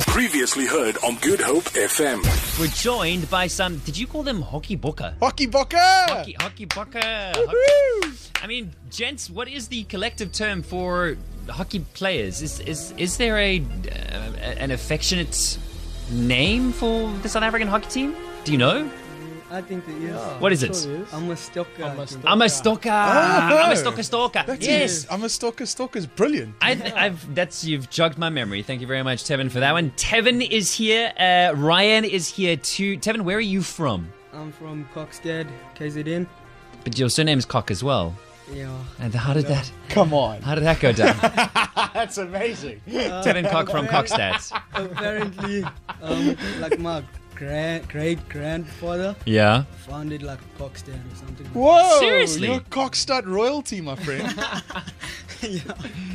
Previously heard on Good Hope FM. We're joined by some. Did you call them hockey booker? Hockey Bocker! Hockey, hockey booker. Woo! I mean, gents, what is the collective term for hockey players? Is is is there a uh, an affectionate name for the South African hockey team? Do you know? I think that yes. What is it? I'm a stalker. I'm a I'm a stalker. Oh, I'm a no. stalker stalker. That's yes. I'm a stalker. Stalker's brilliant. I, I've that's you've jogged my memory. Thank you very much, Tevin, for that one. Tevin is here. Uh, Ryan is here too. Tevin, where are you from? I'm from Coxstead, KZN. But your surname's Cock as well. Yeah. And how did that? Come on. How did that go down? That's amazing. Tevin Cock from Cockstats. Apparently, um, like my grand, great grandfather Yeah. founded like Coxstead or something. Like Whoa. Seriously? You're cockstud royalty, my friend.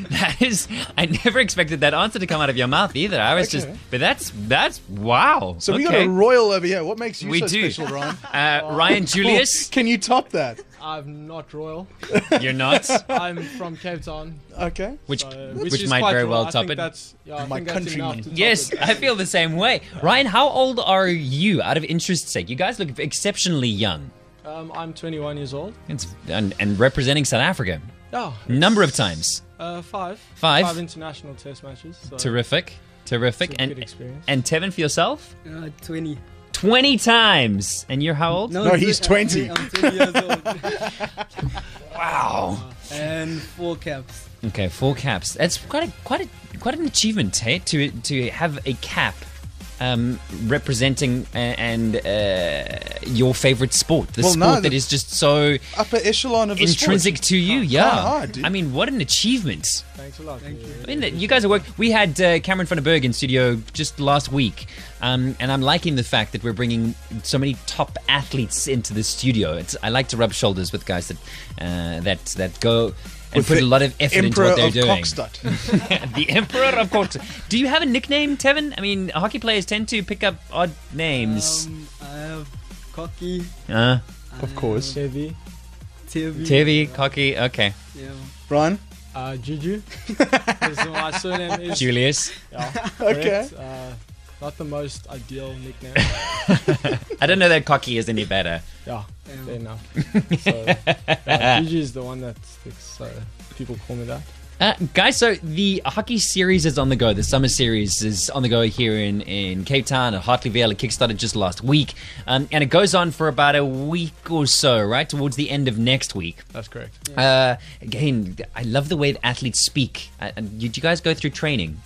That is I never expected that answer to come out of your mouth either. I was just Okay. but that's that's wow. So we got Okay. a royal over here. What makes you We so do. special, Ryan? uh, Oh. Ryan Julius, Can you top that? I'm not royal. you're not, I'm from Cape Town, Okay. which uh, which, which, is might quite very royal. well I top think it. That's, yeah, I My think that's enough countrymen. to top Yes, it. I feel the same way. Ryan, how old are you? Out of interest's sake, you guys look exceptionally young. Um, I'm 21 years old. It's, and, and representing South Africa, Yeah. number of times, Uh, five. Five? Five international test matches. So terrific, terrific, It's a and good experience. and Tevin for yourself, that. Uh, 20. twenty times, and you're how old? No, I'm he's tw- 20. I'm 20 years old. Wow. and four caps. Okay, four caps. That's quite a quite a quite an achievement, hey, to to have a cap um, representing a- and uh, your favorite sport, the Well, no, sport the- that is just so Upper echelon of the sport. intrinsic to you. Yeah, hard, dude. I mean, what an achievement! Thanks a lot. Thank you. I mean, that- you guys are work. We had uh, Cameron van der Berg in studio just last week, um, and I'm liking the fact that we're bringing so many top athletes into the studio. It's, I like to rub shoulders with guys that uh, that that go. And With put the a lot of effort into Emperor what they're of doing. Cockstud. the Emperor of Court. Do you have a nickname, Tevin? I mean, hockey players tend to pick up odd names. Um, I have cocky. uh, of course. Chevy, TV. Tevi, cocky, okay. Yeah. Ryan? uh, Juju. 'Cause my surname is. Julius. Yeah, Okay. correct. Uh, not the most ideal nickname. I don't know that cocky is any better. Yeah, Yeah. fair enough. So, uh, Juju is the one that sticks, so people call me that. Uh, guys, so the hockey series is on the go. The summer series is on the go here in, in Cape Town at Hartley Vale. It kickstarted just last week. Um, and it goes on for about a week or so, right? Towards the end of next week. That's correct. Uh, again, I love the way that athletes speak. Uh, and you, do you guys go through training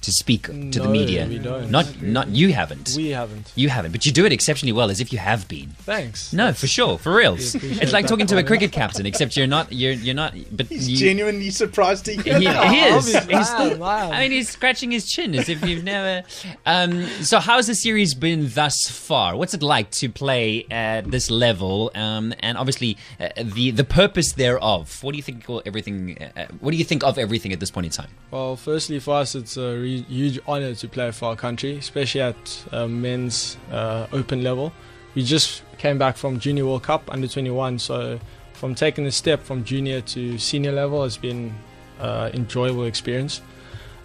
to speak to the No, media? we don't. Not, not you haven't. We haven't. you haven't, but you do it exceptionally well, as if you have been. Thanks. No, for sure, for real. appreciate It's like that, talking to a Colin. cricket captain, except you're not. You're you're not. But He's you, genuinely surprised to hear he, that. he is. Obviously. He's- Wow, wow. I mean, he's scratching his chin as if you've never. Um, so, how's the series been thus far? What's it like to play at this level? Um, and obviously, uh, the the purpose thereof. What do you think? Of everything. Uh, what do you think of everything at this point in time? Well, firstly, for us, it's a re- huge honour to play for our country, especially at uh, men's uh, open level. We just came back from Junior World Cup under 21, so from taking a step from junior to senior level has been uh, enjoyable experience.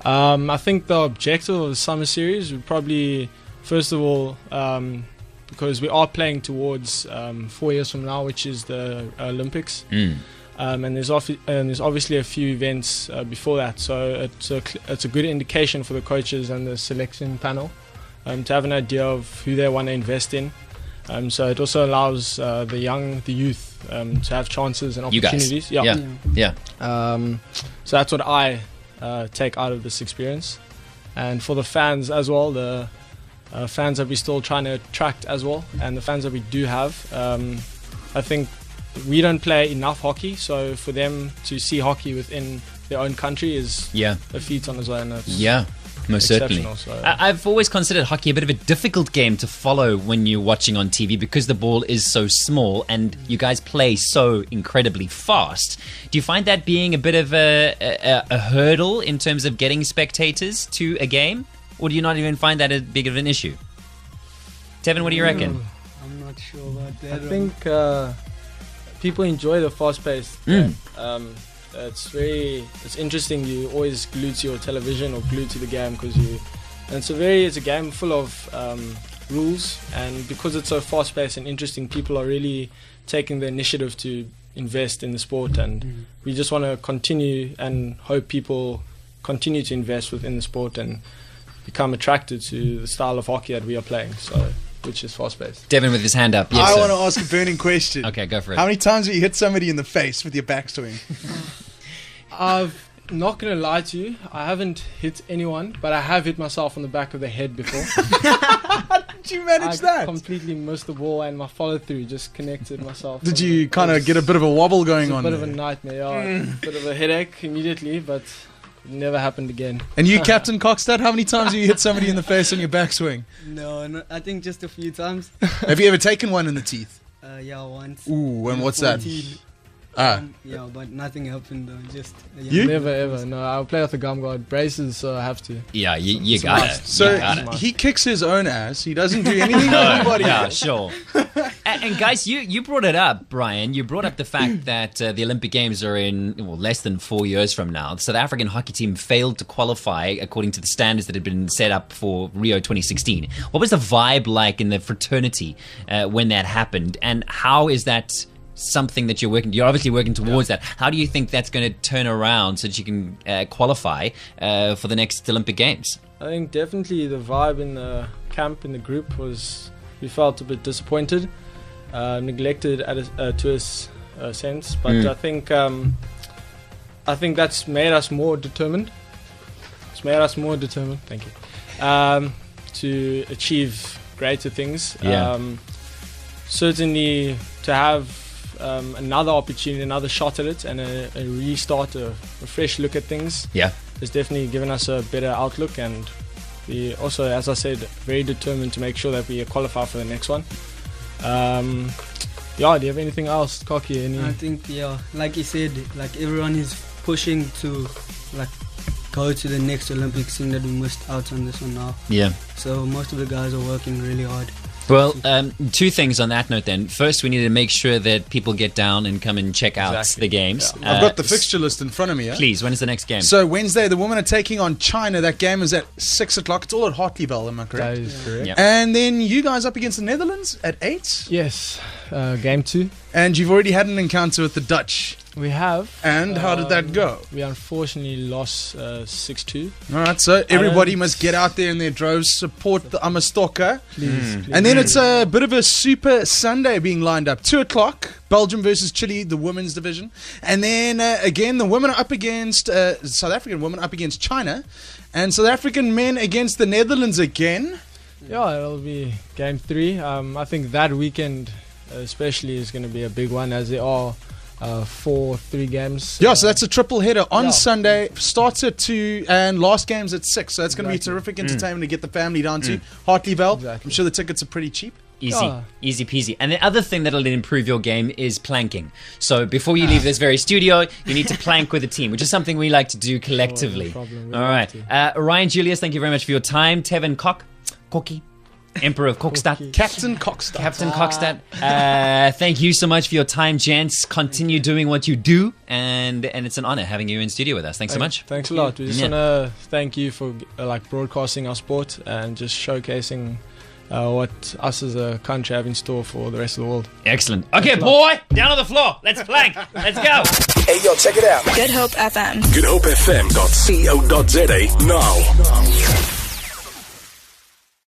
Um, I think the objective of the summer series would probably, first of all, um, because we are playing towards um, four years from now, which is the Olympics. Hmm. Um, and there's off- and there's obviously a few events uh, before that, so it's a, cl- it's a good indication for the coaches and the selection panel um, to have an idea of who they want to invest in. Um, so it also allows uh, the young, the youth, um, to have chances and You guys. opportunities. Yeah. Yeah. Um, so that's what I uh, take out of this experience, and for the fans as well, the uh, fans that we're still trying to attract as well, and the fans that we do have. Um, I think we don't play enough hockey, so for them to see hockey within their own country is Yeah. a feat on its own. It's Yeah. Most certainly. exceptional. So. I- I've always considered hockey a bit of a difficult game to follow when you're watching on TV because the ball is so small and you guys play so incredibly fast. Do you find that being a bit of a, a, a hurdle in terms of getting spectators to a game? Or do you not even find that a big of an issue? Tevin, what do you reckon? Mm. I'm not sure about that. I think uh, people enjoy the fast pace. Mm. Um, it's very it's interesting. You always glued to your television or glued to the game because you And it's a very it's a game full of um, rules, and because it's so fast paced and interesting, people are really taking the initiative to invest in the sport, and we just want to continue and hope people continue to invest within the sport and become attracted to the style of hockey that we are playing. So, which is fast paced. Devin with his hand up. Yes, I sir. want to ask a burning question. Okay, go for it. How many times have you hit somebody in the face with your back to him? I've not gonna lie to you, I haven't hit anyone, but I have hit myself on the back of the head before. Did you I manage that? completely missed the ball, and my follow through just connected myself. Did on you the- kind it of was- get a bit of a wobble it was going a on? bit there? of a nightmare, yeah, a bit of a headache immediately, but never happened again. and you, Captain Cockstad, how many times have you hit somebody in the face on your backswing? No, no, I think just a few times. Have you ever taken one in the teeth? Uh, yeah, once. Ooh, and what's that? 14. Ah, Um, yeah, but nothing happened though. Just yeah. You? Never ever. No, I play with a gum guard braces, so I have to. yeah, you, you got it. so you got it. he kicks his own ass. He doesn't do anything to No, anybody. yeah, else. sure. And, and guys, you, you brought it up, Brian. You brought up the fact that uh, the Olympic Games are in well, less than four years from now. The South African hockey team failed to qualify according to the standards that had been set up for Rio 2016. What was the vibe like in the fraternity uh, when that happened? And how is that something that you're working? You're obviously working towards that. How do you think that's going to turn around so that you can uh, qualify uh, for the next Olympic Games? I think definitely the vibe in the camp in the group was we felt a bit disappointed, uh, neglected at a, uh, to a s- a sense. But Mm. I think um, I think that's made us more determined. It's made us more determined. Thank you um, to achieve greater things. Yeah. Um, certainly to have. Um, another opportunity, another shot at it, and a, a restart, a, a fresh look at things Yeah. it's definitely given us a better outlook and we also as i said very determined to make sure that we qualify for the next one um yeah do you have anything else cocky any I think yeah, like you said, like everyone is pushing to like go to the next Olympics, seeing that we missed out on this one now. Yeah. So most of the guys are working really hard. Well, um, two things on that note then. First, we need to make sure that people get down and come and check out Exactly. the games. I've got the Uh, fixture list in front of me. yeah? Please, when is the next game? So Wednesday, the women are taking on China. That game is at six o'clock. It's all at Hartleybell, am I correct? that is correct Yeah. And then you guys up against the Netherlands at eight. yes uh, game two And you've already had an encounter with the Dutch. we have And how did that Um, go? we unfortunately lost uh, 6-2 All right, so everybody Um, don't- must get out there in their droves, support the Amastoka. please, please. Hmm. And then it's a bit of a super Sunday being lined up. Two o'clock, Belgium versus Chile, the women's division. And then uh, again, the women are up against uh, South African women up against China. And South African men against the Netherlands again. yeah it'll be game three um i think that weekend especially is going to be a big one as there are uh, four three games Yeah, so that's a triple header on Yeah. Sunday. Starts at two, and last game's at six. So that's going to be Exactly. Mm. terrific entertainment to get the family down to. Hartley Bell. I'm Exactly. sure the tickets are pretty cheap. Easy, Yeah. easy peasy. And the other thing that'll improve your game is planking. So before you leave this very studio, you need to plank with a team, which is something we like to do collectively. problem. We All right. like Uh, Ryan Julius, thank you very much for your time. Tevin Cock, Cocky, Emperor of Kokstad. Captain Coxstar. Captain Cockstad, uh, thank you so much for your time, gents. Continue doing what you do, and and it's an honor having you in studio with us. Thanks so Thank- much. Thanks a lot. We just Yeah. wanna thank you for uh, like broadcasting our sport and just showcasing uh, what us as a country have in store for the rest of the world. Excellent. Okay, boy, down on the floor. Let's plank. Let's go. Hey, yo, check it out. Good Hope FM. GoodHope.fm.co.za now.